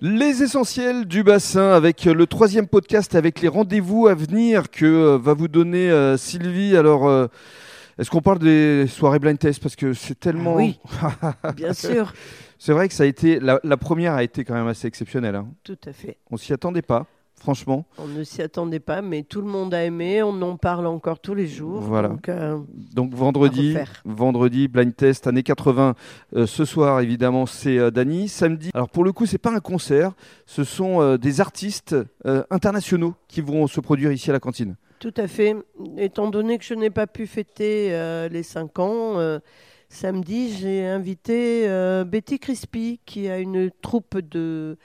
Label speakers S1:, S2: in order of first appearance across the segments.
S1: Les essentiels du bassin avec le troisième podcast avec les rendez-vous à venir que euh, va vous donner euh, Sylvie. Alors, euh, est-ce qu'on parle des soirées blind test parce que c'est tellement.
S2: Ah oui. Bien sûr,
S1: C'est vrai que ça a été la, la première a été quand même assez exceptionnelle. hein.
S2: tout à fait.
S1: On s'y attendait pas, franchement.
S2: On ne s'y attendait pas, mais tout le monde a aimé. On en parle encore tous les jours.
S1: Voilà.
S2: Donc, euh,
S1: Donc vendredi,
S2: À refaire.
S1: vendredi blind test années 80. Euh, ce soir évidemment c'est euh, Dany. Samedi, alors pour le coup c'est pas un concert, ce sont euh, des artistes euh, internationaux qui vont se produire ici à la cantine.
S2: tout à fait. Étant donné que je n'ai pas pu fêter euh, les 5 ans, euh, samedi, j'ai invité euh, Betty Crispy, qui a une troupe de.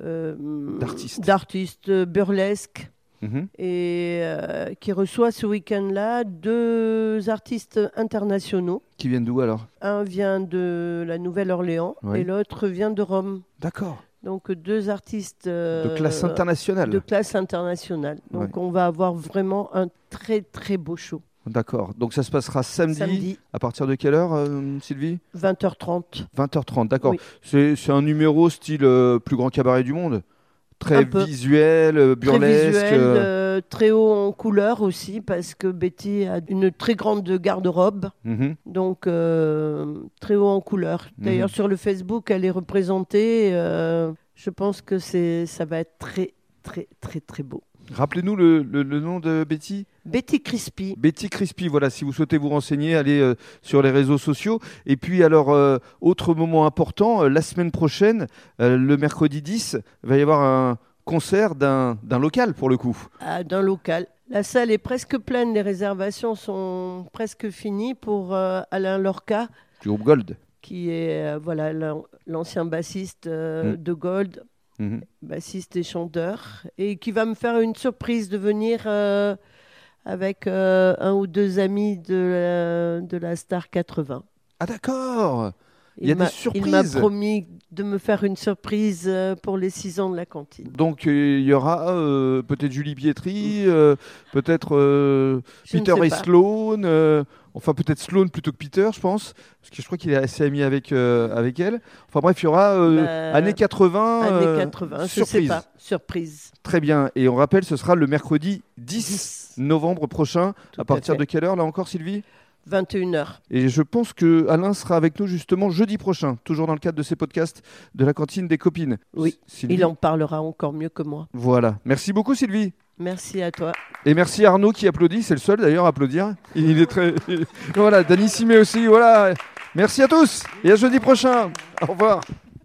S2: euh,
S1: D'artistes.
S2: d'artistes burlesques
S1: Mhm.
S2: et euh, qui reçoit ce week-end-là deux artistes internationaux
S1: Qui viennent d'où alors
S2: Un vient de la Nouvelle-Orléans
S1: Oui.
S2: et l'autre vient de Rome.
S1: D'accord.
S2: Donc deux artistes euh,
S1: de classe internationale.
S2: de classe internationale. Donc on va avoir vraiment un très très beau show.
S1: D'accord. Donc ça se passera samedi.
S2: Samedi,
S1: À partir de quelle heure, euh, Sylvie
S2: 20h30.
S1: 20h30. D'accord.
S2: Oui.
S1: C'est c'est un numéro style euh, plus grand cabaret du monde. Très
S2: Un peu.
S1: visuel, euh, burlesque.
S2: très visuel,
S1: euh,
S2: euh, très haut en couleur aussi parce que Betty a une très grande garde-robe.
S1: mhm.
S2: Donc euh, très haut en couleur. D'ailleurs sur le Facebook elle est représentée. euh, je pense que c'est ça va être très très très très beau.
S1: Rappelez-nous le, le- le nom de Betty.
S2: Betty Crispy.
S1: Betty Crispy, voilà, si vous souhaitez vous renseigner, allez euh, sur les réseaux sociaux. Et puis alors, euh, autre moment important, euh, la semaine prochaine, euh, le mercredi 10, va y avoir un concert d'un d'un local pour le coup.
S2: à- d'un local. La salle est presque pleine, les réservations sont presque finies pour euh, Alain Lorca,
S1: Du groupe Gold.
S2: qui est euh, voilà l'an- l'ancien bassiste euh,
S1: Mm.
S2: de Gold,
S1: Mhm.
S2: bassiste et chanteur, et qui va me faire une surprise de venir euh, avec euh, un ou deux amis de la, de la Star 80.
S1: Ah d'accord Il y a des
S2: m'a- Il m'a
S1: surprises.
S2: promis de me faire une surprise euh, pour les 6 ans de la cantine.
S1: Donc euh, il y aura euh, peut-être Julie Pietri, euh, peut-être euh,
S2: Je ne
S1: Peter
S2: sais
S1: et
S2: pas.
S1: Sloan, euh, enfin peut-être Sloan plutôt que Peter, je pense, parce que je crois qu'il est assez ami avec, euh, avec elle. Enfin bref, il y aura euh,
S2: Bah,
S1: années 80, euh,
S2: années 80, je ne sais
S1: surprise.
S2: pas. Surprise.
S1: Très bien, et on rappelle, ce sera le mercredi 10
S2: 10.
S1: novembre prochain,
S2: Tout
S1: à partir
S2: fait.
S1: de quelle heure là encore Sylvie
S2: 21h.
S1: Et je pense que Alain sera avec nous justement jeudi prochain, toujours dans le cadre de ces podcasts de la cantine des copines. S-
S2: Oui,
S1: Sylvie.
S2: Il en parlera encore mieux que moi.
S1: Voilà, merci beaucoup Sylvie.
S2: Merci à toi.
S1: Et merci Arnaud qui applaudit, c'est le seul d'ailleurs à applaudir. Il, il est très. voilà, Dany Simé aussi, voilà. Merci à tous et à jeudi prochain. Au revoir.